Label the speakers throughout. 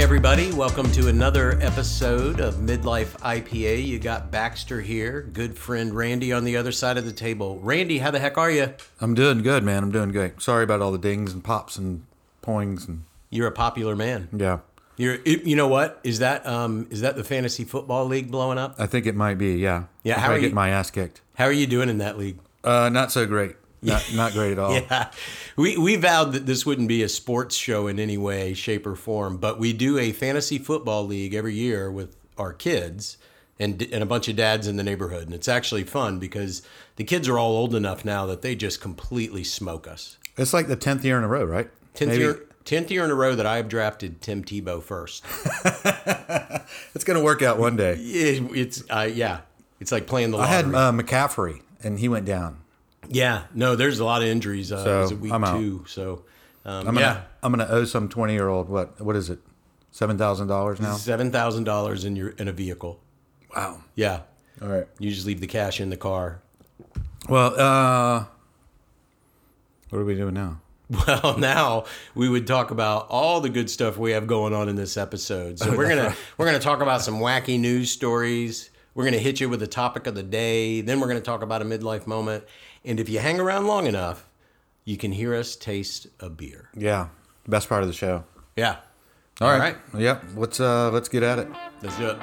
Speaker 1: everybody. Welcome to another episode of Midlife IPA. You got Baxter here, good friend Randy on the other side of the table. Randy, how the heck are you?
Speaker 2: I'm doing good, man. I'm doing great. Sorry about all the dings and pops and poings and
Speaker 1: You're a popular man.
Speaker 2: yeah.
Speaker 1: You're, you know what is that? Um, is that the fantasy football league blowing up?
Speaker 2: I think it might be, yeah.
Speaker 1: Yeah,
Speaker 2: If
Speaker 1: how
Speaker 2: I
Speaker 1: are
Speaker 2: get
Speaker 1: you-
Speaker 2: my ass kicked.
Speaker 1: How are you doing in that league?
Speaker 2: Uh, not so great. Not not great at all.
Speaker 1: Yeah, we we vowed that this wouldn't be a sports show in any way, shape, or form, but we do a fantasy football league every year with our kids and and a bunch of dads in the neighborhood, and it's actually fun because the kids are all old enough now that they just completely smoke us.
Speaker 2: It's like the tenth year in a row, right?
Speaker 1: Tenth
Speaker 2: Maybe.
Speaker 1: year. Tenth year in a row that I have drafted Tim Tebow first.
Speaker 2: It's gonna work out one day.
Speaker 1: It, it's uh, yeah, it's like playing the
Speaker 2: I
Speaker 1: lottery.
Speaker 2: had uh, McCaffrey and he went down.
Speaker 1: yeah, no, there's a lot of injuries. Uh, it was
Speaker 2: So,
Speaker 1: week
Speaker 2: I'm out.
Speaker 1: two, so um,
Speaker 2: I'm
Speaker 1: yeah,
Speaker 2: gonna I'm gonna owe some twenty year old what what is it? Seven thousand dollars now?
Speaker 1: seven thousand dollars in your in a vehicle.
Speaker 2: Wow.
Speaker 1: Yeah,
Speaker 2: All right.
Speaker 1: You just leave the cash in the car.
Speaker 2: Well, uh what are we doing now?
Speaker 1: Well, now we would talk about all the good stuff we have going on in this episode. So we're gonna we're gonna talk about some wacky news stories. We're gonna hit you with the topic of the day. Then we're gonna talk about a midlife moment. And if you hang around long enough, you can hear us taste a beer.
Speaker 2: Yeah. Best part of the show.
Speaker 1: Yeah,
Speaker 2: all
Speaker 1: All
Speaker 2: right. Yep. Let's uh let's get at it.
Speaker 1: let's do it.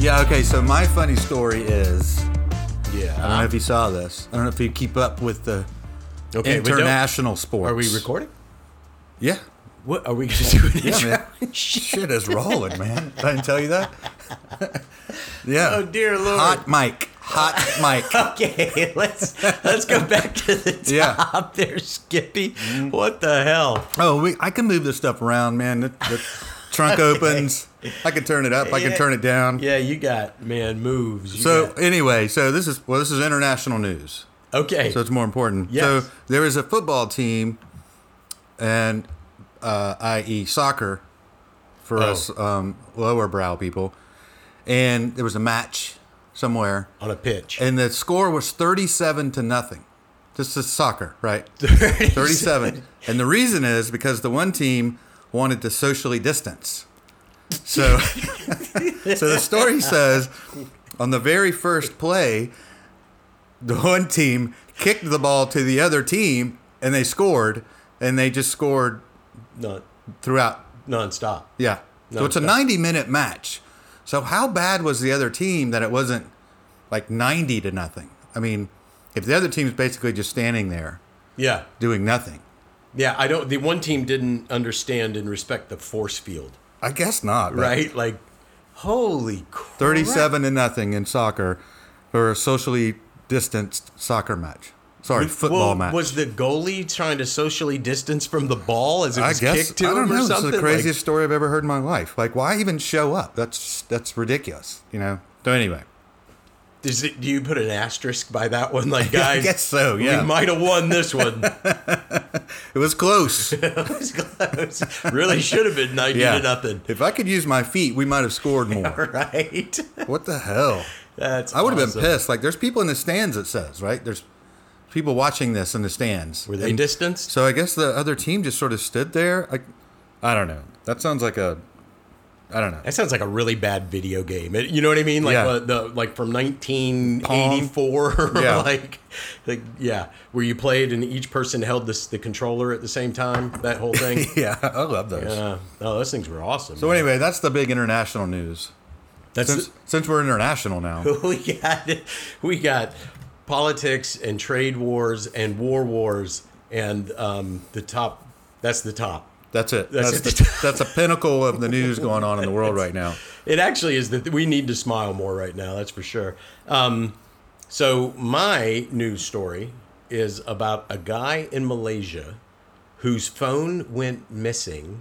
Speaker 2: Yeah, okay, so my funny story is I don't
Speaker 1: Yeah.
Speaker 2: know if you saw this. I don't know if you keep up with the
Speaker 1: Okay. we don't-
Speaker 2: international sports.
Speaker 1: Are we recording?
Speaker 2: Yeah.
Speaker 1: What are we gonna do? An
Speaker 2: Yeah,
Speaker 1: intro?
Speaker 2: man. Shit is rolling, man. Did I didn't tell you that? yeah.
Speaker 1: Oh dear lord.
Speaker 2: Hot mic. Hot mic.
Speaker 1: Okay, let's let's go back to the
Speaker 2: Yeah. Mm-hmm.
Speaker 1: top there, Skippy. What the hell?
Speaker 2: Oh, we, I can move this stuff around, man. The, the trunk opens. I can turn it up. I can
Speaker 1: Yeah.
Speaker 2: turn it down.
Speaker 1: Yeah, you got man moves. You
Speaker 2: So
Speaker 1: got-
Speaker 2: anyway, so this is well, this is international news.
Speaker 1: okay,
Speaker 2: So it's more important.
Speaker 1: Yes.
Speaker 2: So there is a football team, and uh, i.e. soccer for
Speaker 1: Oh.
Speaker 2: us um, lower brow people, and there was a match somewhere,
Speaker 1: on a pitch,
Speaker 2: and the score was thirty-seven to nothing. This is soccer, right? Thirty-seven, and the reason is because the one team wanted to socially distance. So, so the story says, on the very first play, the one team kicked the ball to the other team, and they scored, and they just scored
Speaker 1: non
Speaker 2: throughout.
Speaker 1: nonstop.
Speaker 2: Yeah, so it's a
Speaker 1: No,
Speaker 2: ninety-minute match. So how bad was the other team that it wasn't like ninety to nothing? I mean, if the other team's basically just standing there
Speaker 1: Yeah,
Speaker 2: doing nothing,
Speaker 1: yeah. I don't. The one team didn't understand and respect the force field,
Speaker 2: I guess not. but-
Speaker 1: right? Like, holy crap.
Speaker 2: 37 to nothing in soccer for a socially distanced soccer match. Sorry, football
Speaker 1: Well,
Speaker 2: match.
Speaker 1: Was the goalie trying to socially distance from the ball as it
Speaker 2: I
Speaker 1: was
Speaker 2: guess
Speaker 1: kicked to
Speaker 2: I don't
Speaker 1: him
Speaker 2: know.
Speaker 1: or
Speaker 2: It's
Speaker 1: something?
Speaker 2: the
Speaker 1: Like,
Speaker 2: craziest story I've ever heard in my life. Like, why even show up? That's that's ridiculous. You know. So anyway,
Speaker 1: is it, do you put an asterisk by that one? Like, guys,
Speaker 2: guess so, yeah.
Speaker 1: we might have won this one.
Speaker 2: it was close.
Speaker 1: It was close. Really should have been ninety to nothing.
Speaker 2: If I could use my feet, we might have scored more.
Speaker 1: Right.
Speaker 2: what the hell?
Speaker 1: That's
Speaker 2: I would have
Speaker 1: awesome.
Speaker 2: been pissed. Like, there's people in the stands. It says right. There's people watching this in the stands.
Speaker 1: Were they
Speaker 2: And
Speaker 1: distanced?
Speaker 2: So I guess the other team just sort of stood there. Like, I don't know. That sounds like a. I don't know.
Speaker 1: That sounds like a really bad video game. It- you know what I mean? Like
Speaker 2: Yeah.
Speaker 1: uh, the like from 1984.
Speaker 2: Yeah.
Speaker 1: like, like yeah, where you played and each person held this the controller at the same time. That whole thing.
Speaker 2: Yeah, I love those.
Speaker 1: uh, oh, those things were awesome.
Speaker 2: So anyway, that's the big international news.
Speaker 1: that's
Speaker 2: Since since we're international now,
Speaker 1: we got we got politics and trade wars and war wars and um, the top. That's the top.
Speaker 2: that's it.
Speaker 1: That's
Speaker 2: That's,
Speaker 1: it.
Speaker 2: the, that's a pinnacle of the news going on in the world right now.
Speaker 1: It actually is that we need to smile more right now. That's for sure. Um, so my news story is about a guy in Malaysia whose phone went missing,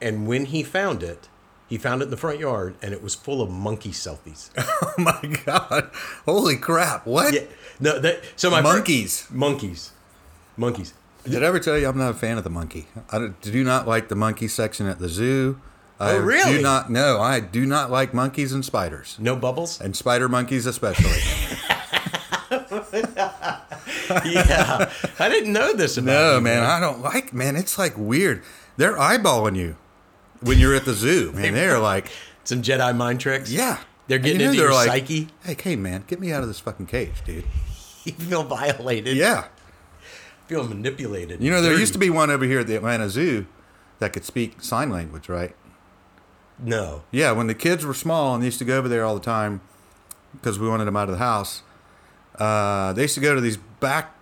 Speaker 1: and when he found it, he found it in the front yard, and it was full of monkey selfies.
Speaker 2: Oh my god! Holy crap! What
Speaker 1: Yeah. no, that, so my fir-
Speaker 2: monkeys?
Speaker 1: monkeys, monkeys.
Speaker 2: Did I ever tell you I'm not a fan of the monkey? I don't- do not like the monkey section at the zoo. I
Speaker 1: Oh, really?
Speaker 2: do not know. I do not like monkeys and spiders,
Speaker 1: No bubbles?
Speaker 2: and spider monkeys especially.
Speaker 1: yeah. I didn't know this about
Speaker 2: No,
Speaker 1: you,
Speaker 2: man, I don't like. Man, it's like weird. They're eyeballing you when you're at the zoo. Man, they're like,
Speaker 1: Some Jedi mind tricks?
Speaker 2: yeah,
Speaker 1: They're
Speaker 2: And
Speaker 1: getting
Speaker 2: know
Speaker 1: into your psyche?
Speaker 2: Like, hey, hey, man, get me out of this fucking cage, dude.
Speaker 1: You feel violated.
Speaker 2: Yeah,
Speaker 1: feel manipulated.
Speaker 2: you know there used to be one over here at the Atlanta Zoo that could speak sign language, right?
Speaker 1: No.
Speaker 2: Yeah, when the kids were small and they used to go over there all the time because we wanted them out of the house. Uh, they used to go to these back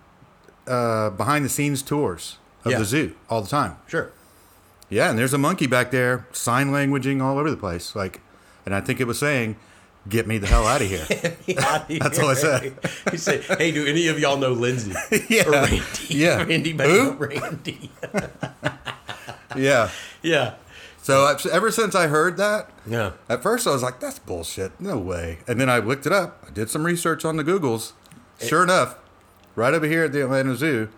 Speaker 2: uh, behind the scenes tours of
Speaker 1: Yeah.
Speaker 2: the zoo all the time.
Speaker 1: Sure.
Speaker 2: Yeah, and there's a monkey back there, sign languaging all over the place. Like, and I think it was saying, "Get me the hell out of here."
Speaker 1: That's
Speaker 2: all I said.
Speaker 1: He said, "Hey, do any of y'all know Lindsay?
Speaker 2: Yeah.
Speaker 1: Or Randy?
Speaker 2: Yeah.
Speaker 1: Or anybody
Speaker 2: Who?
Speaker 1: know Randy?
Speaker 2: yeah.
Speaker 1: yeah.
Speaker 2: So I've, ever since I heard that,
Speaker 1: Yeah.
Speaker 2: at first I was like, "That's bullshit. No way." And then I looked it up. I did some research on the Googles. Sure enough, right over here at the Atlanta Zoo,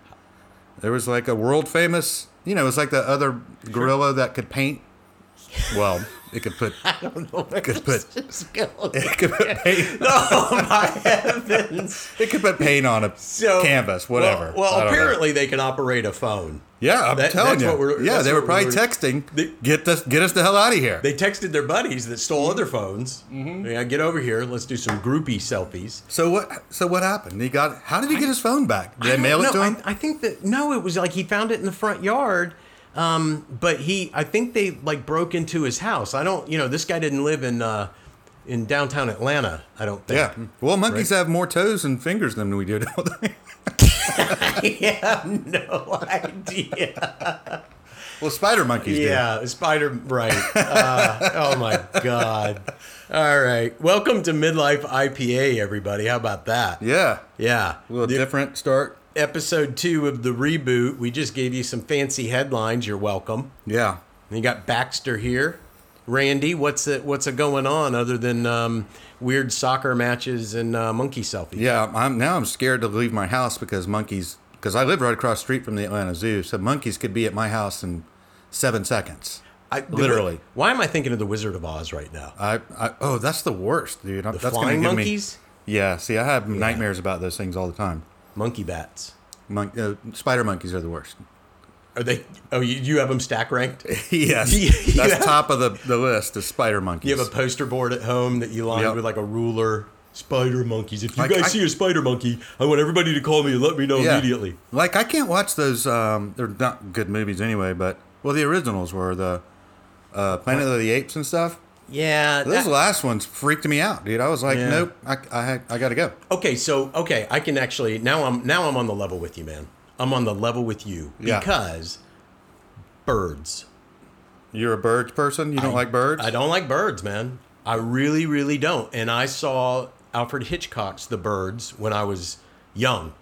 Speaker 2: there was like a world famous. You know, it's like the other gorilla that could paint. Well, it could put
Speaker 1: I don't know where
Speaker 2: Good
Speaker 1: this
Speaker 2: put.
Speaker 1: is going.
Speaker 2: it could put paint,
Speaker 1: oh my heavens!
Speaker 2: it could put paint on a
Speaker 1: So
Speaker 2: canvas,
Speaker 1: well-
Speaker 2: whatever.
Speaker 1: Well,
Speaker 2: I don't know.
Speaker 1: apparently they can operate a phone.
Speaker 2: Yeah, I'm
Speaker 1: That-
Speaker 2: telling
Speaker 1: that's
Speaker 2: you.
Speaker 1: what we're-
Speaker 2: yeah,
Speaker 1: that's
Speaker 2: they were
Speaker 1: what we
Speaker 2: probably
Speaker 1: were-
Speaker 2: texting,
Speaker 1: They-
Speaker 2: get us, get us the hell out of here.
Speaker 1: They texted their buddies that stole other phones. Yeah, get over here. Let's do some groupie selfies.
Speaker 2: so what? So what happened? He got. How did he get his phone back? Did they mail it
Speaker 1: no,
Speaker 2: to him?
Speaker 1: I, I think that no, it was like he found it in the front yard. Um, but he, I think they like broke into his house. I don't, you know, this guy didn't live in uh, in downtown Atlanta. I don't think.
Speaker 2: yeah. Well, monkeys have more toes and fingers than we do, don't they?
Speaker 1: I have no idea.
Speaker 2: well, spider monkeys
Speaker 1: Yeah, Spider. Right. Uh, oh my God. All right. Welcome to Midlife IPA, everybody. How about that?
Speaker 2: do. Yeah.
Speaker 1: Yeah.
Speaker 2: A little different start.
Speaker 1: Episode two of the reboot. We just gave you some fancy headlines. You're welcome.
Speaker 2: Yeah.
Speaker 1: And you got Baxter here. Randy, what's it what's a going on other than um, weird soccer matches and uh, monkey selfies?
Speaker 2: Yeah. I'm now. I'm scared to leave my house because monkeys. Because I live right across the street from the Atlanta Zoo, so monkeys could be at my house in seven seconds.
Speaker 1: I,
Speaker 2: Literally.
Speaker 1: Why am I thinking of the Wizard of Oz right now?
Speaker 2: I, I oh, that's the worst, dude. The that's gonna
Speaker 1: Flying
Speaker 2: give me-
Speaker 1: monkeys,
Speaker 2: Yeah, see, I have nightmares about those things all the time.
Speaker 1: monkey bats.
Speaker 2: Monk, uh, spider monkeys are the worst.
Speaker 1: Are they? Oh, you, you have them stack ranked.
Speaker 2: yes,
Speaker 1: Yeah.
Speaker 2: that's top of the, the list is spider monkeys.
Speaker 1: You have a poster board at home that you lined
Speaker 2: Yep.
Speaker 1: with like a ruler. Spider monkeys. If you
Speaker 2: Like,
Speaker 1: guys
Speaker 2: I-
Speaker 1: see a spider monkey, I want everybody to call me and let me know
Speaker 2: Yeah.
Speaker 1: immediately.
Speaker 2: Like I can't watch those. Um, they're not good movies anyway. But well, the originals were the uh, Planet of the Apes and stuff.
Speaker 1: Yeah.
Speaker 2: Those last ones freaked me out, dude. I was like,
Speaker 1: Yeah.
Speaker 2: nope, I I, had- I gotta go.
Speaker 1: Okay, so okay, I can actually now I'm now I'm on the level with you, man. I'm on the level with you
Speaker 2: Yeah.
Speaker 1: because birds.
Speaker 2: You're a bird person. You don't like birds.
Speaker 1: I don't like birds, man. I really, really don't. And I saw Alfred Hitchcock's The Birds when I was young,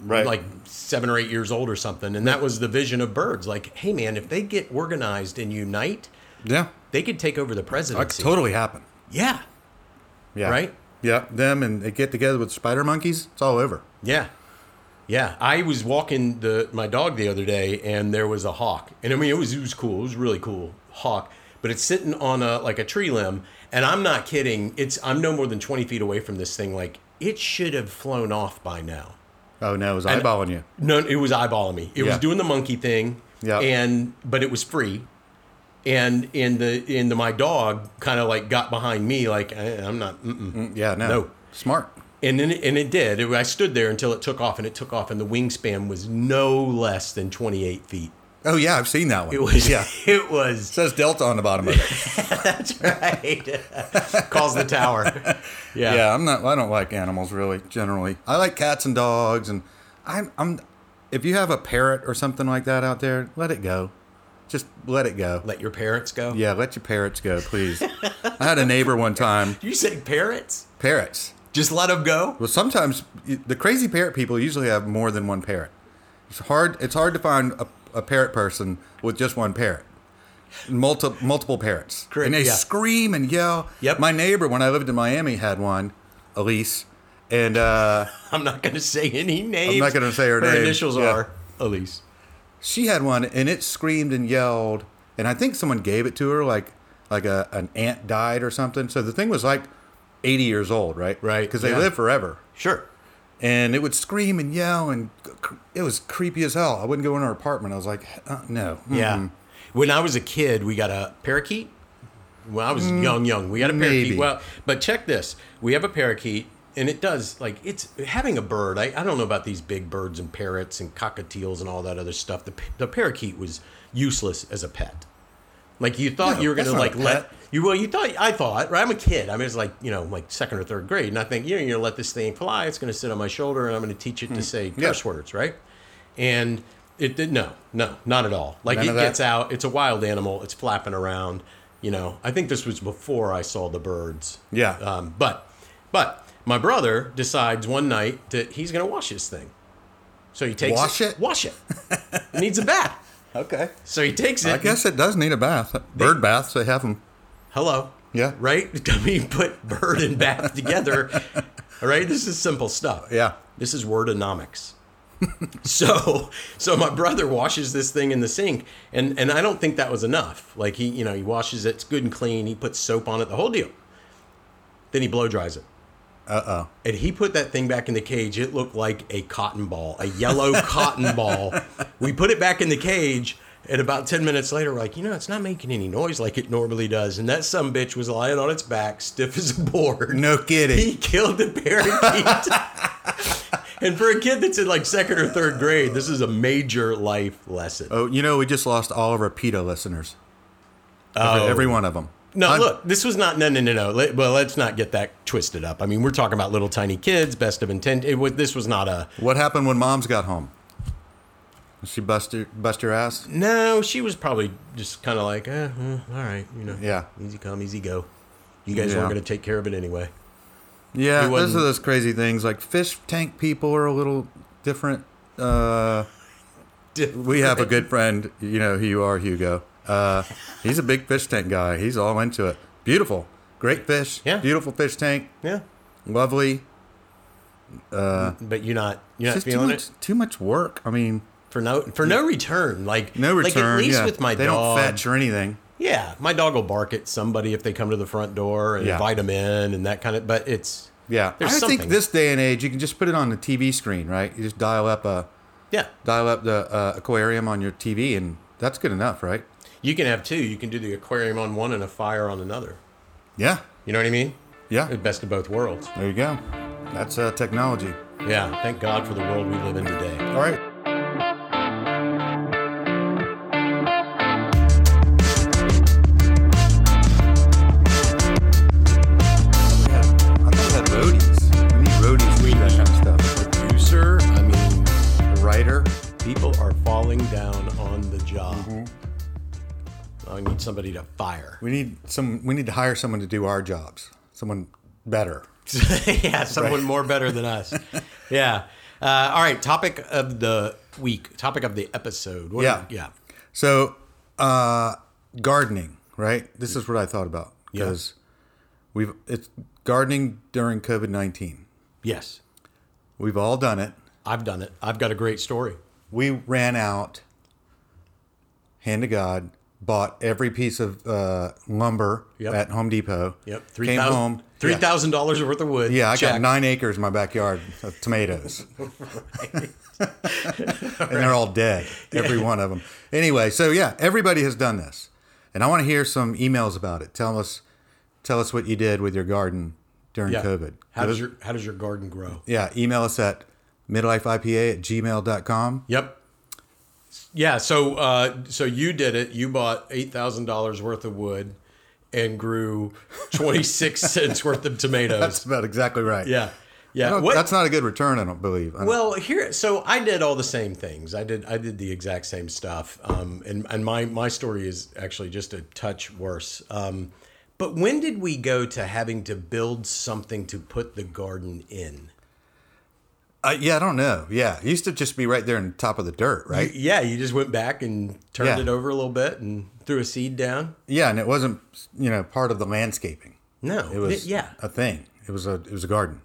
Speaker 2: right.
Speaker 1: like seven or eight years old or something. And that was the vision of birds. Like, hey, man, if they get organized and unite,
Speaker 2: yeah,
Speaker 1: they could take over the
Speaker 2: that
Speaker 1: presidency.
Speaker 2: could totally happen.
Speaker 1: yeah,
Speaker 2: Yeah.
Speaker 1: Right?
Speaker 2: Yeah. Them and they get together with spider monkeys. It's all over.
Speaker 1: Yeah. Yeah. I was walking the my dog the other day and there was a hawk. And I mean it was it was cool. It was a really cool hawk. But it's sitting on a like a tree limb. And I'm not kidding. It's I'm no more than twenty feet away from this thing. Like it should have flown off by now.
Speaker 2: Oh no, it was eyeballing you.
Speaker 1: No, it was eyeballing me. It
Speaker 2: Yeah.
Speaker 1: was doing the monkey thing.
Speaker 2: Yeah.
Speaker 1: And but it was free. And in the in the my dog kind of like got behind me like I, I'm not mm-mm.
Speaker 2: Yeah, no.
Speaker 1: No.
Speaker 2: Smart.
Speaker 1: And then, and it did. It, I stood there until it took off, and it took off, and the wingspan was no less than 28 feet.
Speaker 2: Oh yeah, I've seen that one.
Speaker 1: It was.
Speaker 2: yeah.
Speaker 1: It was.
Speaker 2: says Delta on the bottom of it.
Speaker 1: That's right. Calls the tower. Yeah.
Speaker 2: yeah, I'm not I don't like animals really generally. I like cats and dogs and I'm I'm if you have a parrot or something like that out there, let it go. Just let it go.
Speaker 1: Let your parrots go.
Speaker 2: yeah, let your parrots go, please. I had a neighbor one time,
Speaker 1: You say parrots?
Speaker 2: parrots.
Speaker 1: Just let them go?
Speaker 2: Well, sometimes the crazy parrot people usually have more than one parrot. It's hard it's hard to find a, a parrot person with just one parrot. Multi, multiple parrots.
Speaker 1: Correct,
Speaker 2: And they
Speaker 1: yeah.
Speaker 2: scream and yell.
Speaker 1: Yep.
Speaker 2: My neighbor, when I lived in Miami, had one, Elise. And uh,
Speaker 1: I'm not going to say any names.
Speaker 2: not gonna say her name.
Speaker 1: initials
Speaker 2: Yeah.
Speaker 1: are Elise.
Speaker 2: she had one and it screamed and yelled. And I think someone gave it to her, like, like a an aunt died or something. So the thing was like 80 years old, right?
Speaker 1: Right,
Speaker 2: Because they
Speaker 1: yeah.
Speaker 2: live forever.
Speaker 1: Sure.
Speaker 2: And it would scream and yell, and c- it was creepy as hell. I wouldn't go in her apartment. I was like, uh, no.
Speaker 1: Yeah.
Speaker 2: Mm-mm.
Speaker 1: Mm-hmm. When I was a kid, we got a parakeet. When I was young, young, we had a parakeet.
Speaker 2: Mm, maybe.
Speaker 1: Well, but check this: we have a parakeet, and it does like it's having a bird. I, I don't know about these big birds and parrots and cockatiels and all that other stuff. The the parakeet was useless as a pet. Like you thought
Speaker 2: No,
Speaker 1: you were
Speaker 2: that's
Speaker 1: gonna like
Speaker 2: not a
Speaker 1: let
Speaker 2: pet.
Speaker 1: you well you thought I thought right. I'm a kid. I mean it's like you know like second or third grade, and I think you know you're gonna let this thing fly. It's gonna sit on my shoulder, and I'm gonna teach
Speaker 2: Hmm.
Speaker 1: it to say curse words, right? And it did no, no, not at all. Like
Speaker 2: None
Speaker 1: it
Speaker 2: of that?
Speaker 1: gets out. It's a wild animal. It's flapping around. You know, I think this was before I saw the birds.
Speaker 2: Yeah.
Speaker 1: Um, but, but my brother decides one night that he's gonna wash this thing. So he takes
Speaker 2: Wash it?
Speaker 1: Wash it. it needs a bath.
Speaker 2: Okay.
Speaker 1: So he takes it.
Speaker 2: I guess it does need a bath. Bird baths, they have them.
Speaker 1: Hello.
Speaker 2: Yeah.
Speaker 1: Right? I mean, put bird and bath together. All right. This is simple stuff.
Speaker 2: Yeah.
Speaker 1: This is wordonomics. so, so my brother washes this thing in the sink, and and I don't think that was enough. Like he, you know, he washes it, it's good and clean. He puts soap on it, the whole deal. Then he blow dries it. Uh oh. And he put that thing back in the cage. It looked like a cotton ball, a yellow cotton ball. We put it back in the cage. And about 10 minutes later, we're like, you know, it's not making any noise like it normally does. And that some bitch was lying on its back, stiff as a board.
Speaker 2: No kidding.
Speaker 1: He killed the parakeet. and for a kid that's in like second or third grade, this is a major life lesson.
Speaker 2: Oh, you know, we just lost all of our PETA listeners.
Speaker 1: Oh.
Speaker 2: Every, every one of them.
Speaker 1: No, look, this was not no no no no. Let, well, let's not get that twisted up. I mean, we're talking about little tiny kids, best of intent. It was this was not a
Speaker 2: What happened when moms got home? Did she bust your, bust your ass?
Speaker 1: no. She was probably just kind of like, eh, mm, all right, you know,
Speaker 2: Yeah.
Speaker 1: easy come, easy go. You guys
Speaker 2: Yeah.
Speaker 1: weren't going to take care of it anyway.
Speaker 2: Yeah,
Speaker 1: He
Speaker 2: those
Speaker 1: wasn't-
Speaker 2: are those crazy things. Like fish tank people are a little different. Uh, we have a good friend, you know who you are, Hugo. Uh, he's a big fish tank guy. He's all into it. Beautiful, great fish.
Speaker 1: Yeah.
Speaker 2: beautiful fish tank.
Speaker 1: yeah,
Speaker 2: Lovely.
Speaker 1: but you're not you're not
Speaker 2: Just too
Speaker 1: feeling
Speaker 2: much,
Speaker 1: it
Speaker 2: too much work. I mean,
Speaker 1: for no for no return. Like
Speaker 2: no return.
Speaker 1: Like at least
Speaker 2: yeah.
Speaker 1: with my
Speaker 2: they
Speaker 1: dog,
Speaker 2: don't fetch or anything.
Speaker 1: Yeah, my dog will bark at somebody if they come to the front door and
Speaker 2: Yeah.
Speaker 1: invite them in and that kind of. But it's
Speaker 2: Yeah,
Speaker 1: There's
Speaker 2: I
Speaker 1: something.
Speaker 2: think this day and age, you can just put it on the TV screen, right? You just dial up a
Speaker 1: yeah,
Speaker 2: dial up the uh, aquarium on your TV, and that's good enough, right?
Speaker 1: you can have two. You can do the aquarium on one and a fire on another.
Speaker 2: Yeah,
Speaker 1: You know what I mean?
Speaker 2: yeah.
Speaker 1: The best of both worlds.
Speaker 2: There you go. That's uh, technology.
Speaker 1: Yeah, thank God for the world we live in today.
Speaker 2: All right. I thought we had roadies. We need roadies to do that kind of stuff.
Speaker 1: Producer, I mean,
Speaker 2: A writer.
Speaker 1: people are falling down on the job. I need somebody to fire.
Speaker 2: We need some. We need to hire someone to do our jobs. Someone better.
Speaker 1: yeah, someone more better than us. yeah. Uh, all right, topic of the week, topic of the episode. What
Speaker 2: Yeah.
Speaker 1: yeah.
Speaker 2: So, uh, gardening, right? This is what I thought about because we've it's gardening during COVID nineteen.
Speaker 1: Yes.
Speaker 2: We've all done it.
Speaker 1: I've done it. I've got a great story.
Speaker 2: We ran out. Hand to God, bought every piece of uh, lumber
Speaker 1: Yep.
Speaker 2: at Home Depot.
Speaker 1: Yep.
Speaker 2: Came home.
Speaker 1: Three
Speaker 2: Yeah.
Speaker 1: thousand dollars worth of wood.
Speaker 2: Yeah, I
Speaker 1: Check.
Speaker 2: got nine acres in my backyard of tomatoes. and they're all dead, every one of them. Anyway, so yeah, everybody has done this. And I want to hear some emails about it. Tell us tell us what you did with your garden during
Speaker 1: Yeah.
Speaker 2: COVID.
Speaker 1: How
Speaker 2: Give
Speaker 1: does
Speaker 2: us-
Speaker 1: your How does your garden grow?
Speaker 2: yeah, email us at midlifeipa at gmail.com.
Speaker 1: Yep. Yeah. So uh, so you did it. You bought eight thousand dollars worth of wood, and grew twenty six cents worth of tomatoes.
Speaker 2: That's about exactly right.
Speaker 1: yeah.
Speaker 2: I
Speaker 1: Yeah.
Speaker 2: don't-
Speaker 1: What-
Speaker 2: That's not a good return, I don't believe. I don't-
Speaker 1: Well, here, so I did all the same things. I did, I did the exact same stuff. Um, and and my my story is actually just a touch worse. Um, but when did we go to having to build something to put the garden in?
Speaker 2: uh, yeah, I don't know. Yeah, it used to just be right there in the top of the dirt, right?
Speaker 1: Yeah, you just went back and turned
Speaker 2: Yeah.
Speaker 1: it over a little bit and threw a seed down.
Speaker 2: Yeah, and it wasn't, you know, part of the landscaping.
Speaker 1: No,
Speaker 2: It was
Speaker 1: yeah,
Speaker 2: a thing. It was a it was a garden,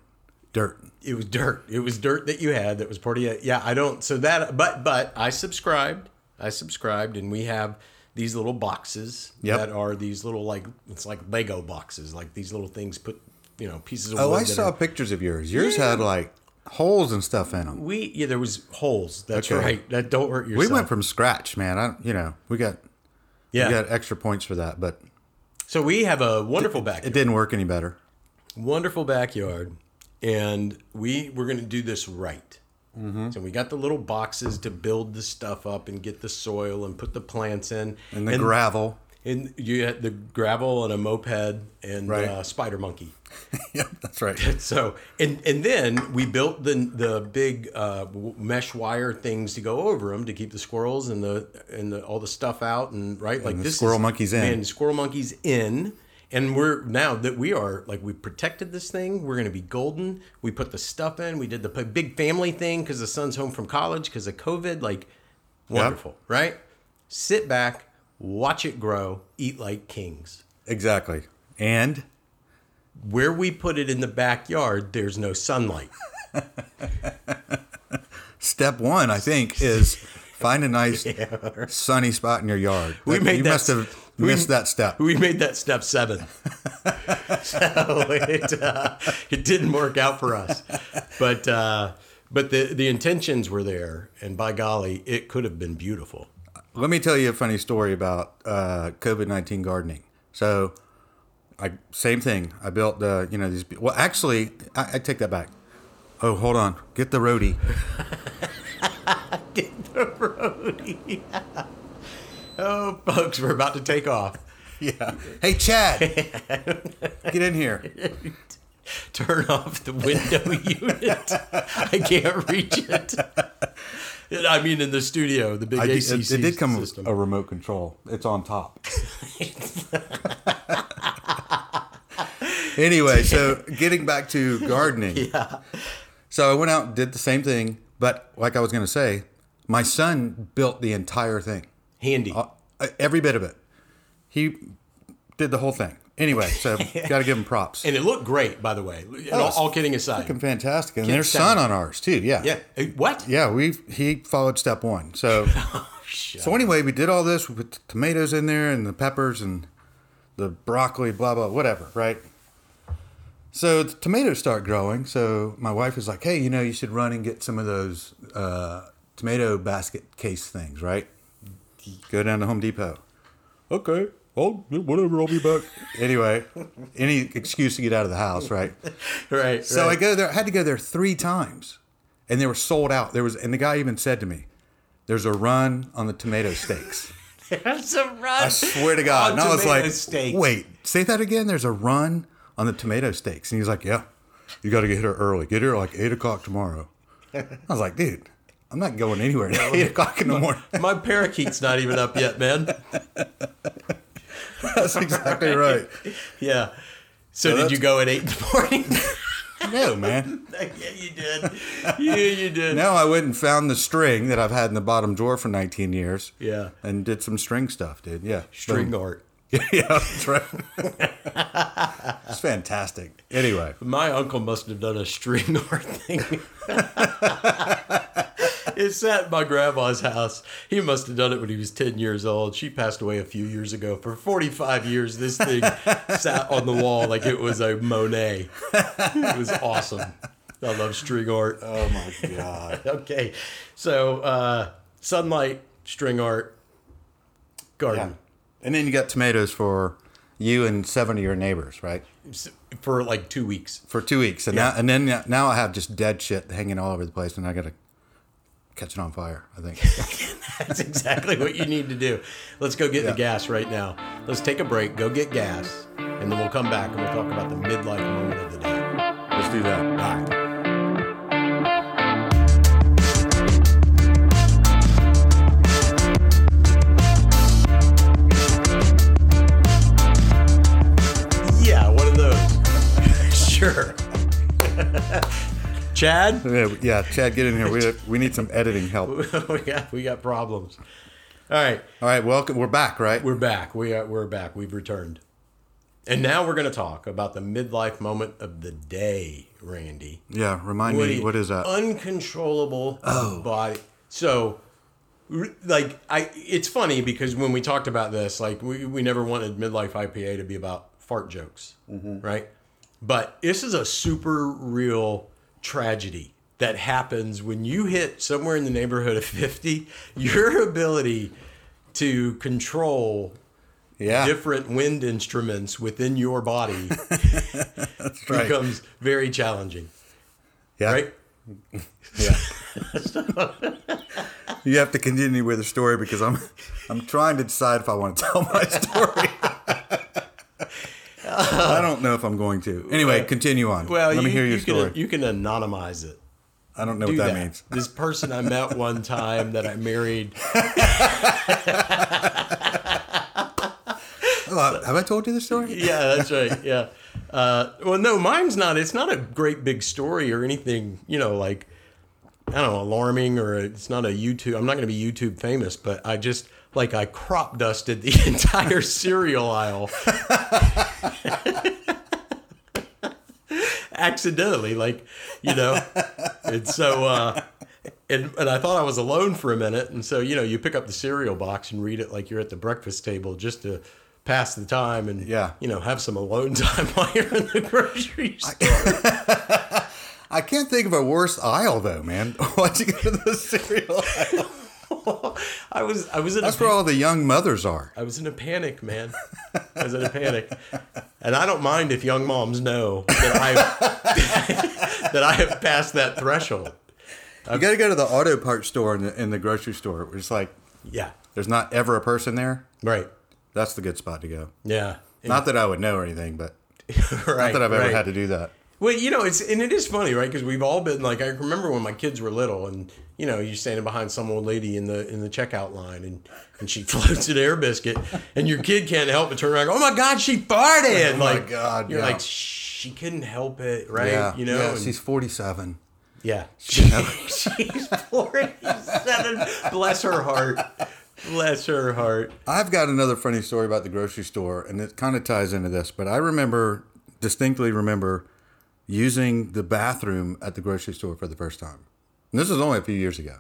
Speaker 2: dirt.
Speaker 1: it was dirt. It was dirt that you had that was part of it. Yeah, I don't. So that, but but I subscribed. I subscribed, and we have these little boxes
Speaker 2: Yep.
Speaker 1: that are these little like it's like Lego boxes, like these little things put you know pieces of
Speaker 2: Oh,
Speaker 1: wood
Speaker 2: I
Speaker 1: that
Speaker 2: saw
Speaker 1: are-
Speaker 2: pictures of yours. Yours had like holes and stuff in them.
Speaker 1: we yeah there was holes. That's
Speaker 2: Okay.
Speaker 1: right. That don't hurt yourself.
Speaker 2: We went from scratch, man. I, you know, we got
Speaker 1: yeah.
Speaker 2: we got extra points for that, but
Speaker 1: So we have a wonderful backyard.
Speaker 2: it didn't work any better.
Speaker 1: wonderful backyard and we were going to do this right
Speaker 2: Mm-hmm.
Speaker 1: so we got the little boxes to build the stuff up and get the soil and put the plants in
Speaker 2: And the gravel.
Speaker 1: and you had the gravel and a moped and
Speaker 2: Right.
Speaker 1: uh, spider monkey
Speaker 2: yep, that's right.
Speaker 1: so and and then we built the the big uh, w- mesh wire things to go over them to keep the squirrels and the and the, all the stuff out and right like
Speaker 2: the
Speaker 1: this
Speaker 2: squirrel
Speaker 1: is-
Speaker 2: monkeys in.
Speaker 1: man, squirrel monkeys in and we're now that we are like we protected this thing we're going to be golden we put the stuff in we did the p- big family thing because the son's home from college because of covid like wonderful right sit back watch it grow eat like kings
Speaker 2: Exactly. And
Speaker 1: where we put it in the backyard there's no sunlight
Speaker 2: step one, I think, is find a nice sunny spot in your yard.
Speaker 1: We made
Speaker 2: you
Speaker 1: that-
Speaker 2: must have
Speaker 1: we-
Speaker 2: missed that step.
Speaker 1: We made that step seven. so it, uh, it didn't work out for us. But uh, but the, the intentions were there. And by golly, it could have been beautiful.
Speaker 2: Let me tell you a funny story about uh, COVID nineteen gardening. So, I same thing. I built the you know these. be- Well, actually, I, I take that back. Oh, hold on. Get the roadie.
Speaker 1: Oh, folks, we're about to take off.
Speaker 2: Yeah. Hey, Chad. get in here.
Speaker 1: Turn off the window unit. I can't reach it. And I mean, in the studio, the big
Speaker 2: I did,
Speaker 1: ACC
Speaker 2: it, it uh, did come with
Speaker 1: system.
Speaker 2: a remote control. It's on top. anyway, so getting back to gardening. Yeah. So I went out and did the same thing, but like I was going to say, my son built the entire thing,
Speaker 1: Handy.
Speaker 2: Uh, every bit of it. He did the whole thing. Anyway, so got to give him props.
Speaker 1: and it looked great, by the way. And all,
Speaker 2: Oh, it's
Speaker 1: all kidding aside.
Speaker 2: Fantastic. And there's
Speaker 1: sound.
Speaker 2: son on ours too. Yeah.
Speaker 1: yeah. Uh, What?
Speaker 2: Yeah, we he followed step one. So, so anyway, we did all this. We put the tomatoes in there and the peppers and the broccoli, blah blah, whatever, right? So the tomatoes start growing. So my wife is like, "Hey, you know, you should run and get some of those uh, tomato basket case things, right? Go down to Home Depot." Okay. Well, whatever. I'll be back. anyway, any excuse to get out of the house, right?
Speaker 1: Right.
Speaker 2: So I
Speaker 1: right.
Speaker 2: go there. I had to go there three times, and they were sold out. There was, and the guy even said to me, "There's a run on the tomato steaks."
Speaker 1: That's a rush.
Speaker 2: I swear to God,
Speaker 1: On
Speaker 2: and I was
Speaker 1: tomato
Speaker 2: like,
Speaker 1: steaks.
Speaker 2: "Wait, say that again." There's a run on the tomato steaks, and he was like, "Yeah, you got to get here early. Get here like eight o'clock tomorrow." I was like, "Dude, I'm not going anywhere at eight o'clock in the morning."
Speaker 1: My parakeet's not even up yet, man.
Speaker 2: That's exactly right.
Speaker 1: Yeah. So
Speaker 2: that's-
Speaker 1: did you go at eight in the morning?
Speaker 2: No, man.
Speaker 1: yeah, you did. Yeah, you did.
Speaker 2: Now I went and found the string that I've had in the bottom drawer for 19 years.
Speaker 1: Yeah.
Speaker 2: And did some string stuff, dude. Yeah. Boom.
Speaker 1: String art.
Speaker 2: yeah, that's right. it's fantastic. Anyway,
Speaker 1: My uncle must have done a string art thing. it's at my grandma's house. He must have done it when he was 10 years old. She passed away a few years ago. For 45 years, this thing sat on the wall like it was a Monet. It was awesome. I love string art.
Speaker 2: oh my god,
Speaker 1: okay. So uh, sunlight, string art, garden
Speaker 2: and then you got tomatoes for you and seven of your neighbors, right?
Speaker 1: S- for like two weeks.
Speaker 2: For two weeks, and now and then now I have just dead shit hanging all over the place, and I gotta catch it on fire. I think.
Speaker 1: That's exactly what you need to do. Let's go get
Speaker 2: Yeah.
Speaker 1: the gas right now. Let's take a break, go get gas, and then we'll come back and we'll talk about the midlife moment of the day.
Speaker 2: Let's do that.
Speaker 1: Bye. Yeah, one of those. sure. Chad?
Speaker 2: Yeah, yeah, Chad, get in here. We we need some editing help. All
Speaker 1: we got we got problems. All right,
Speaker 2: right, welcome. We're back, right?
Speaker 1: we're back. We are we're back. We've returned, and now we're going to talk about the midlife moment of the day, Randy.
Speaker 2: yeah, remind me,
Speaker 1: Woody,
Speaker 2: what is that?
Speaker 1: Uncontrollable body. So r- like I, it's funny because when we talked about this, like we, we never wanted midlife IPA to be about fart jokes, right? But this is a super real tragedy that happens when you hit somewhere in the neighborhood of fifty. Your ability to control
Speaker 2: Yeah.
Speaker 1: different wind instruments within your body
Speaker 2: right.
Speaker 1: becomes very challenging,
Speaker 2: yeah.
Speaker 1: right?
Speaker 2: Yeah. you have to continue with the story because I'm I'm trying to decide if I want to tell my story. I don't know if I'm going to. Anyway, continue on.
Speaker 1: Well,
Speaker 2: Let
Speaker 1: you,
Speaker 2: me hear your
Speaker 1: you
Speaker 2: story.
Speaker 1: Can, you can anonymize it.
Speaker 2: I don't know
Speaker 1: Do
Speaker 2: what that,
Speaker 1: that.
Speaker 2: means.
Speaker 1: This person I met one time that I married.
Speaker 2: Oh, have I told you the story?
Speaker 1: Yeah, that's right. Yeah. Uh, well, no, mine's not. It's not a great big story or anything. You know, like I don't know, alarming or it's not a YouTube. I'm not going to be YouTube famous, but I just like I crop dusted the entire cereal aisle. accidentally like you know and so uh and, and i thought i was alone for a minute and so you know you pick up the cereal box and read it like you're at the breakfast table just to pass the time and
Speaker 2: Yeah.
Speaker 1: you know have some alone time while you're in the grocery store
Speaker 2: I can't think of a worse aisle though, man. Why'd you go to the cereal? aisle?
Speaker 1: i was i was in
Speaker 2: That's
Speaker 1: a
Speaker 2: where all the young mothers are.
Speaker 1: I was in a panic, man. I was in a panic, and I don't mind if young moms know that I that I have passed that threshold.
Speaker 2: You got to go to the auto parts store in the, in the grocery store. It's like
Speaker 1: Yeah,
Speaker 2: there's not ever a person there.
Speaker 1: right.
Speaker 2: That's the good spot to go.
Speaker 1: Yeah,
Speaker 2: Not that I would know or anything, but
Speaker 1: right,
Speaker 2: not that I've ever
Speaker 1: right.
Speaker 2: had to do that.
Speaker 1: Well, you know, it's and it is funny, right? Because we've all been like, I remember when my kids were little, and you know, you're standing behind some old lady in the in the checkout line, and and she floats an air biscuit, and your kid can't help but turn around, and go, oh my god, she farted!
Speaker 2: Oh my
Speaker 1: like,
Speaker 2: God,
Speaker 1: you're
Speaker 2: yeah.
Speaker 1: like, she couldn't help it, right?
Speaker 2: Yeah,
Speaker 1: you know,
Speaker 2: yeah,
Speaker 1: and-
Speaker 2: she's 47.
Speaker 1: Yeah. she's 47. Bless her heart. Bless her heart.
Speaker 2: I've got another funny story about the grocery store, and it kind of ties into this. But I remember distinctly remember using the bathroom at the grocery store for the first time. And this was only a few years ago.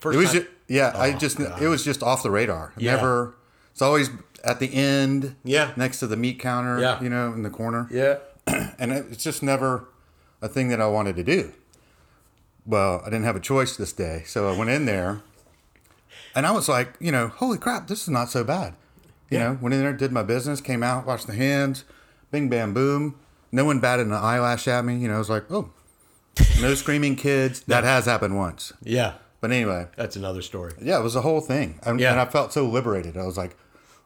Speaker 1: First
Speaker 2: It was
Speaker 1: time-
Speaker 2: just, yeah, I just it was just off the radar.
Speaker 1: Oh, Yeah.
Speaker 2: Never. It's always at the end.
Speaker 1: Yeah.
Speaker 2: Next to the meat counter.
Speaker 1: Yeah.
Speaker 2: You know, in the corner.
Speaker 1: yeah.
Speaker 2: and it- it's just never a thing that I wanted to do. Well, I didn't have a choice this day, so I went in there, and I was like, you know, holy crap, this is not so bad. You know, went in there, did my business, came out, washed the hands, bing bam boom. No one batted an eyelash at me. You know, I was like, oh, no screaming kids. That has happened once,
Speaker 1: Yeah.
Speaker 2: but anyway,
Speaker 1: That's another story.
Speaker 2: yeah, it was the whole thing, and,
Speaker 1: Yeah.
Speaker 2: and I felt so liberated. I was like,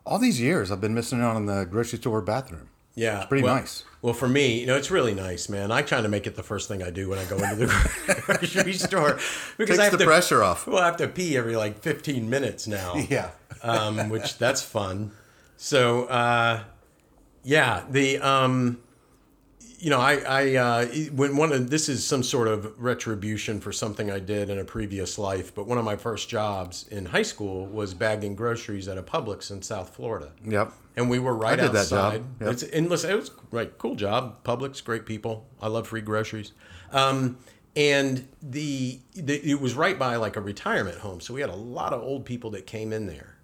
Speaker 2: all these years I've been missing out on the grocery store bathroom.
Speaker 1: Yeah.
Speaker 2: pretty
Speaker 1: well-
Speaker 2: nice.
Speaker 1: Well, for me, you know, it's really nice, man. I try to make it the first thing I do when I go into the grocery store because
Speaker 2: Takes
Speaker 1: I have
Speaker 2: the
Speaker 1: to,
Speaker 2: pressure off.
Speaker 1: Well, I have to pee every like 15 minutes now.
Speaker 2: Yeah.
Speaker 1: um, which that's fun. So uh, yeah, the um, you know I I uh, when one of this is some sort of retribution for something I did in a previous life, but one of my first jobs in high school was bagging groceries at a Publix in South Florida.
Speaker 2: Yep.
Speaker 1: And we were right
Speaker 2: I did that
Speaker 1: outside.
Speaker 2: job, yep.
Speaker 1: It's, and listen, it was right, cool job. Publix, great people. I love free groceries. Um, and the, the it was right by like a retirement home, so we had a lot of old people that came in there.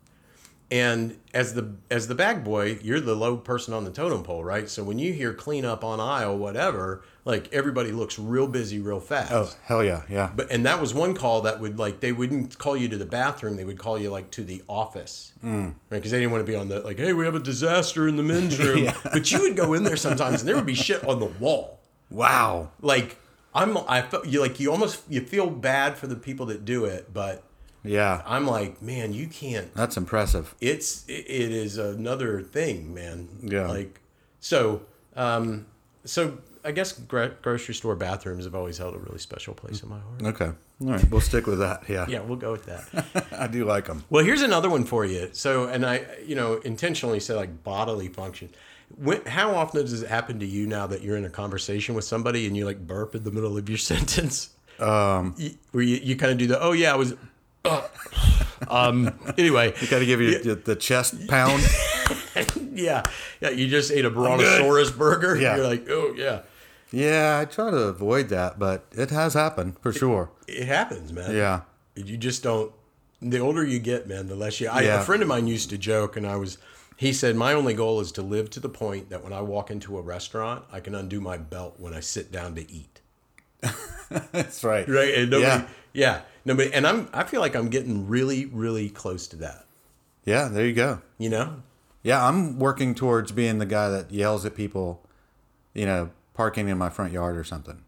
Speaker 1: And as the as the bag boy, you're the low person on the totem pole, right? So when you hear clean up on aisle, whatever, like everybody looks real busy, real fast.
Speaker 2: Oh, hell yeah, yeah.
Speaker 1: But and that was one call that would like they wouldn't call you to the bathroom; they would call you like to the office, mm. Because they didn't want to be on the like, hey, we have a disaster in the men's room. But you would go in there sometimes, and there would be shit on the wall.
Speaker 2: wow.
Speaker 1: Like I'm, I felt you like you almost you feel bad for the people that do it, but
Speaker 2: Yeah.
Speaker 1: I'm like, man, you can't.
Speaker 2: That's impressive.
Speaker 1: It's it it is another thing, man.
Speaker 2: Yeah.
Speaker 1: Like so, um, so I guess gro- grocery store bathrooms have always held a really special place in my heart.
Speaker 2: Okay. All right. We'll stick with that. Yeah.
Speaker 1: Yeah, we'll go with that.
Speaker 2: I do like them.
Speaker 1: Well, here's another one for you. So, and I, you know, intentionally say like bodily function. When, how often does it happen to you now that you're in a conversation with somebody and you like burp in the middle of your sentence? Um, you, where you, you kind of do the, oh yeah, I was. uh," um. Anyway,
Speaker 2: Got to give you the, the chest pound.
Speaker 1: yeah, yeah. You just ate a brontosaurus burger.
Speaker 2: Yeah.
Speaker 1: You're like, oh yeah,
Speaker 2: yeah, I try to avoid that, but it has happened for sure.
Speaker 1: it happens, man.
Speaker 2: Yeah.
Speaker 1: You just don't. the older you get, man, the less you. I,
Speaker 2: Yeah.
Speaker 1: A friend of mine used to joke, and I was. He said, "My only goal is to live to the point that when I walk into a restaurant, I can undo my belt when I sit down to eat."
Speaker 2: That's right.
Speaker 1: Right? And nobody, yeah,
Speaker 2: Yeah.
Speaker 1: nobody. And I'm. I feel like I'm getting really, really close to that.
Speaker 2: Yeah, there you go.
Speaker 1: You know?
Speaker 2: Yeah, I'm working towards being the guy that yells at people, you know, parking in my front yard or something,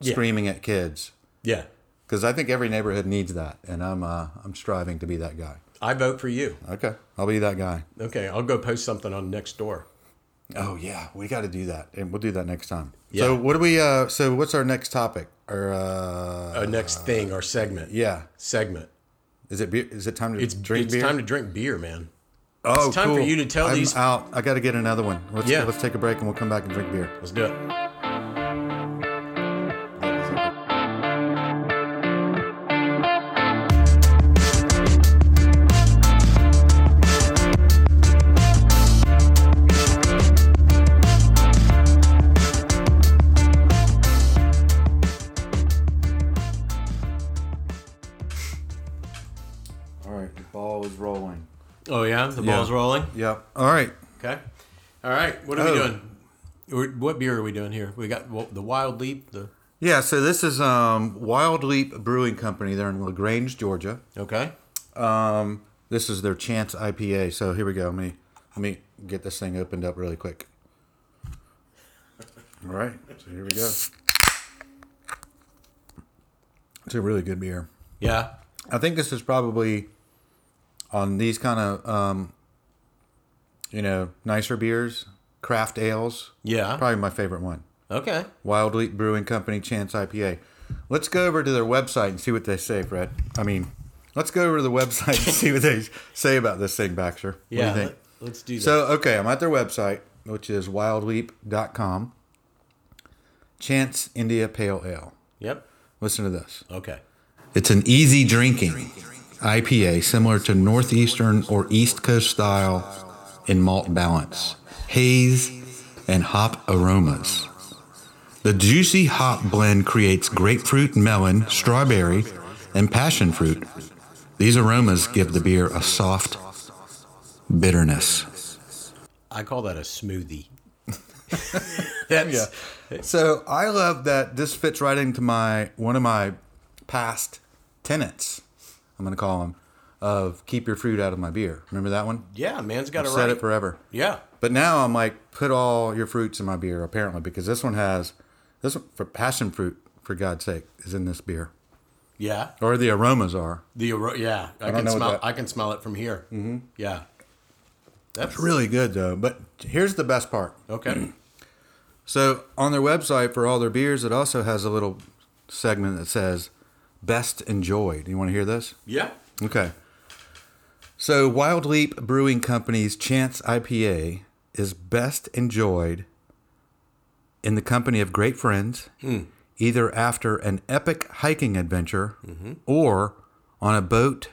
Speaker 1: Yeah.
Speaker 2: screaming at kids,
Speaker 1: Yeah.
Speaker 2: because I think every neighborhood needs that, and I'm uh, I'm striving to be that guy.
Speaker 1: I vote for you.
Speaker 2: Okay, I'll be that guy.
Speaker 1: Okay, I'll go post something on next door.
Speaker 2: Oh yeah, we got to do that, and we'll do that next time.
Speaker 1: Yeah.
Speaker 2: So what do we? Uh, so what's our next topic? Or uh,
Speaker 1: Uh, next thing, our segment.
Speaker 2: yeah,
Speaker 1: Segment.
Speaker 2: is it beer? is it time to
Speaker 1: It's
Speaker 2: drink
Speaker 1: it's
Speaker 2: beer?
Speaker 1: time to drink beer, man.
Speaker 2: oh,
Speaker 1: time for
Speaker 2: cool.
Speaker 1: you to tell
Speaker 2: I'm
Speaker 1: these-
Speaker 2: out. I got to get another one. Let's,
Speaker 1: Yeah.
Speaker 2: let's take a break and we'll come back and drink beer.
Speaker 1: Let's do it.
Speaker 2: All right, the ball is rolling.
Speaker 1: Oh yeah, the ball's
Speaker 2: Yeah.
Speaker 1: rolling.
Speaker 2: Yep. All right.
Speaker 1: Okay. All right. What are
Speaker 2: Oh.
Speaker 1: we doing? We're- What beer are we doing here? We got well, the Wild Leap. The
Speaker 2: Yeah, so this is um, Wild Leap Brewing Company. They're in Lagrange, Georgia.
Speaker 1: okay.
Speaker 2: Um, this is their Chance IPA. So here we go. Let me let me get this thing opened up really quick. All right, so here we go. It's a really good beer.
Speaker 1: Yeah.
Speaker 2: I think this is probably on these kind of um, you know nicer beers, craft ales.
Speaker 1: Yeah.
Speaker 2: Probably my favorite one.
Speaker 1: Okay.
Speaker 2: Wild Leap Brewing Company Chance IPA. Let's go over to their website and see what they say, Brett. I mean, let's go over to the website and see what they say about this thing, Baxter.
Speaker 1: Yeah.
Speaker 2: What do you think?
Speaker 1: let- Let's do that.
Speaker 2: So, okay, I'm at their website, which is wildleap.com. Chance India Pale Ale.
Speaker 1: yep.
Speaker 2: Listen to this.
Speaker 1: Okay.
Speaker 2: It's an easy drinking IPA similar to Northeastern or East Coast style in malt balance, haze, and hop aromas. The juicy hop blend creates grapefruit, melon, strawberry, and passion fruit. These aromas give the beer a soft bitterness.
Speaker 1: I call that a smoothie. That's
Speaker 2: So I love that this fits right into my one of my past tenets. I'm going to call them of keep your fruit out of my beer. Remember that one?
Speaker 1: yeah. Man's got it
Speaker 2: Said
Speaker 1: right.
Speaker 2: it forever.
Speaker 1: yeah.
Speaker 2: But now I'm like put all your fruits in my beer apparently because this one has this one for passion fruit for God's sake is in this beer
Speaker 1: Yeah.
Speaker 2: or the aromas are.
Speaker 1: The aro- yeah. I,
Speaker 2: don't
Speaker 1: can
Speaker 2: know what
Speaker 1: smell.
Speaker 2: that-
Speaker 1: I can smell it from here. Mm-hmm. Yeah. That's
Speaker 2: Really good though. But here's the best part.
Speaker 1: okay.
Speaker 2: So on their website for all their beers, it also has a little segment that says best enjoyed. You want to hear this?
Speaker 1: yeah.
Speaker 2: Okay. So Wild Leap Brewing Company's Chance IPA is best enjoyed in the company of great friends, either after an epic hiking adventure or on a boat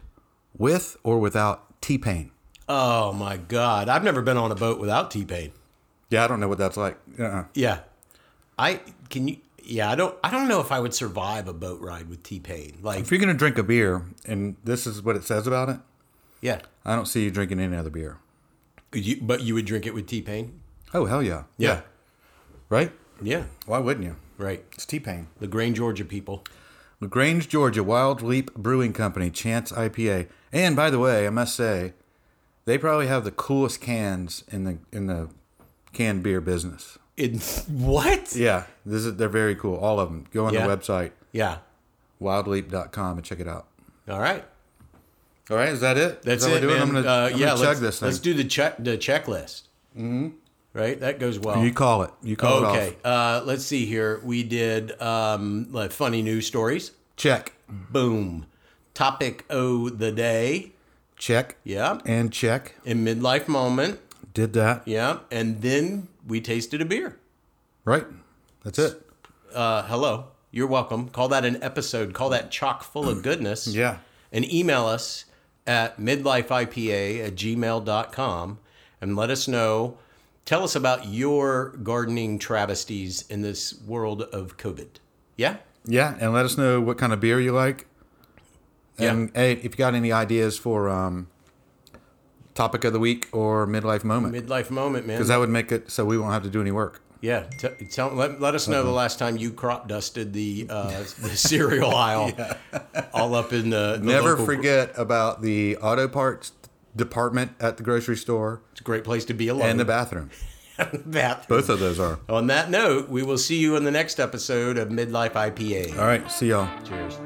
Speaker 2: with or without T Pain.
Speaker 1: Oh my God! I've never been on a boat without T Pain.
Speaker 2: Yeah, I don't know what that's like. Uh-uh.
Speaker 1: Yeah, I can you. Yeah, I don't. I don't know if I would survive a boat ride with T Pain. Like,
Speaker 2: If you're going to drink a beer and this is what it says about it,
Speaker 1: yeah,
Speaker 2: I don't see you drinking any other beer.
Speaker 1: you, but you would drink it with T Pain.
Speaker 2: Oh, hell yeah.
Speaker 1: Yeah.
Speaker 2: Right?
Speaker 1: yeah,
Speaker 2: Why wouldn't you?
Speaker 1: right.
Speaker 2: It's T Pain.
Speaker 1: The Grain, Georgia people.
Speaker 2: LaGrange, Georgia, Wild Leap Brewing Company, Chance IPA. And by the way, I must say, they probably have the coolest cans in the in the canned beer business.
Speaker 1: In what? Yeah.
Speaker 2: Yeah, this is they're very cool. All of them. Go on
Speaker 1: Yeah.
Speaker 2: the website wildleap.com and check it out.
Speaker 1: All right.
Speaker 2: All right, is that it?
Speaker 1: That's
Speaker 2: is that
Speaker 1: it, man.
Speaker 2: I'm gonna,
Speaker 1: uh,
Speaker 2: I'm
Speaker 1: yeah,
Speaker 2: gonna
Speaker 1: let's,
Speaker 2: chug this
Speaker 1: let's
Speaker 2: thing.
Speaker 1: do the check the checklist. Mm-hmm. Right, that goes well.
Speaker 2: you call it. You call it off.
Speaker 1: okay, uh, let's see here. We did um, like funny news stories.
Speaker 2: Check,
Speaker 1: Boom. Topic of the day.
Speaker 2: check,
Speaker 1: Yeah.
Speaker 2: and check.
Speaker 1: In midlife moment.
Speaker 2: Did that
Speaker 1: Yeah, and then we tasted a beer.
Speaker 2: right? That's it.
Speaker 1: Uh, hello, you're welcome. Call that an episode. Call that chock full of goodness.
Speaker 2: Yeah.
Speaker 1: And email us at midlifeipa at gmail.com and let us know. Tell us about your gardening travesties in this world of COVID. Yeah?
Speaker 2: Yeah, and let us know what kind of beer you like.
Speaker 1: Yeah.
Speaker 2: And hey, if you got any ideas for um, topic of the week or midlife moment, because
Speaker 1: Midlife moment, man.
Speaker 2: that would make it so we won't have to do any work.
Speaker 1: yeah. T- tell, let, let us know
Speaker 2: Uh-huh.
Speaker 1: the last time you crop dusted the, uh, the cereal aisle all up in the, the
Speaker 2: Never
Speaker 1: local-
Speaker 2: forget about the auto parts department at the grocery store
Speaker 1: It's a great place to be alone.
Speaker 2: and the bathroom.
Speaker 1: bathroom.
Speaker 2: Both of those are.
Speaker 1: On that note, we will see you in the next episode of Midlife IPA.
Speaker 2: All right. See y'all.
Speaker 1: Cheers.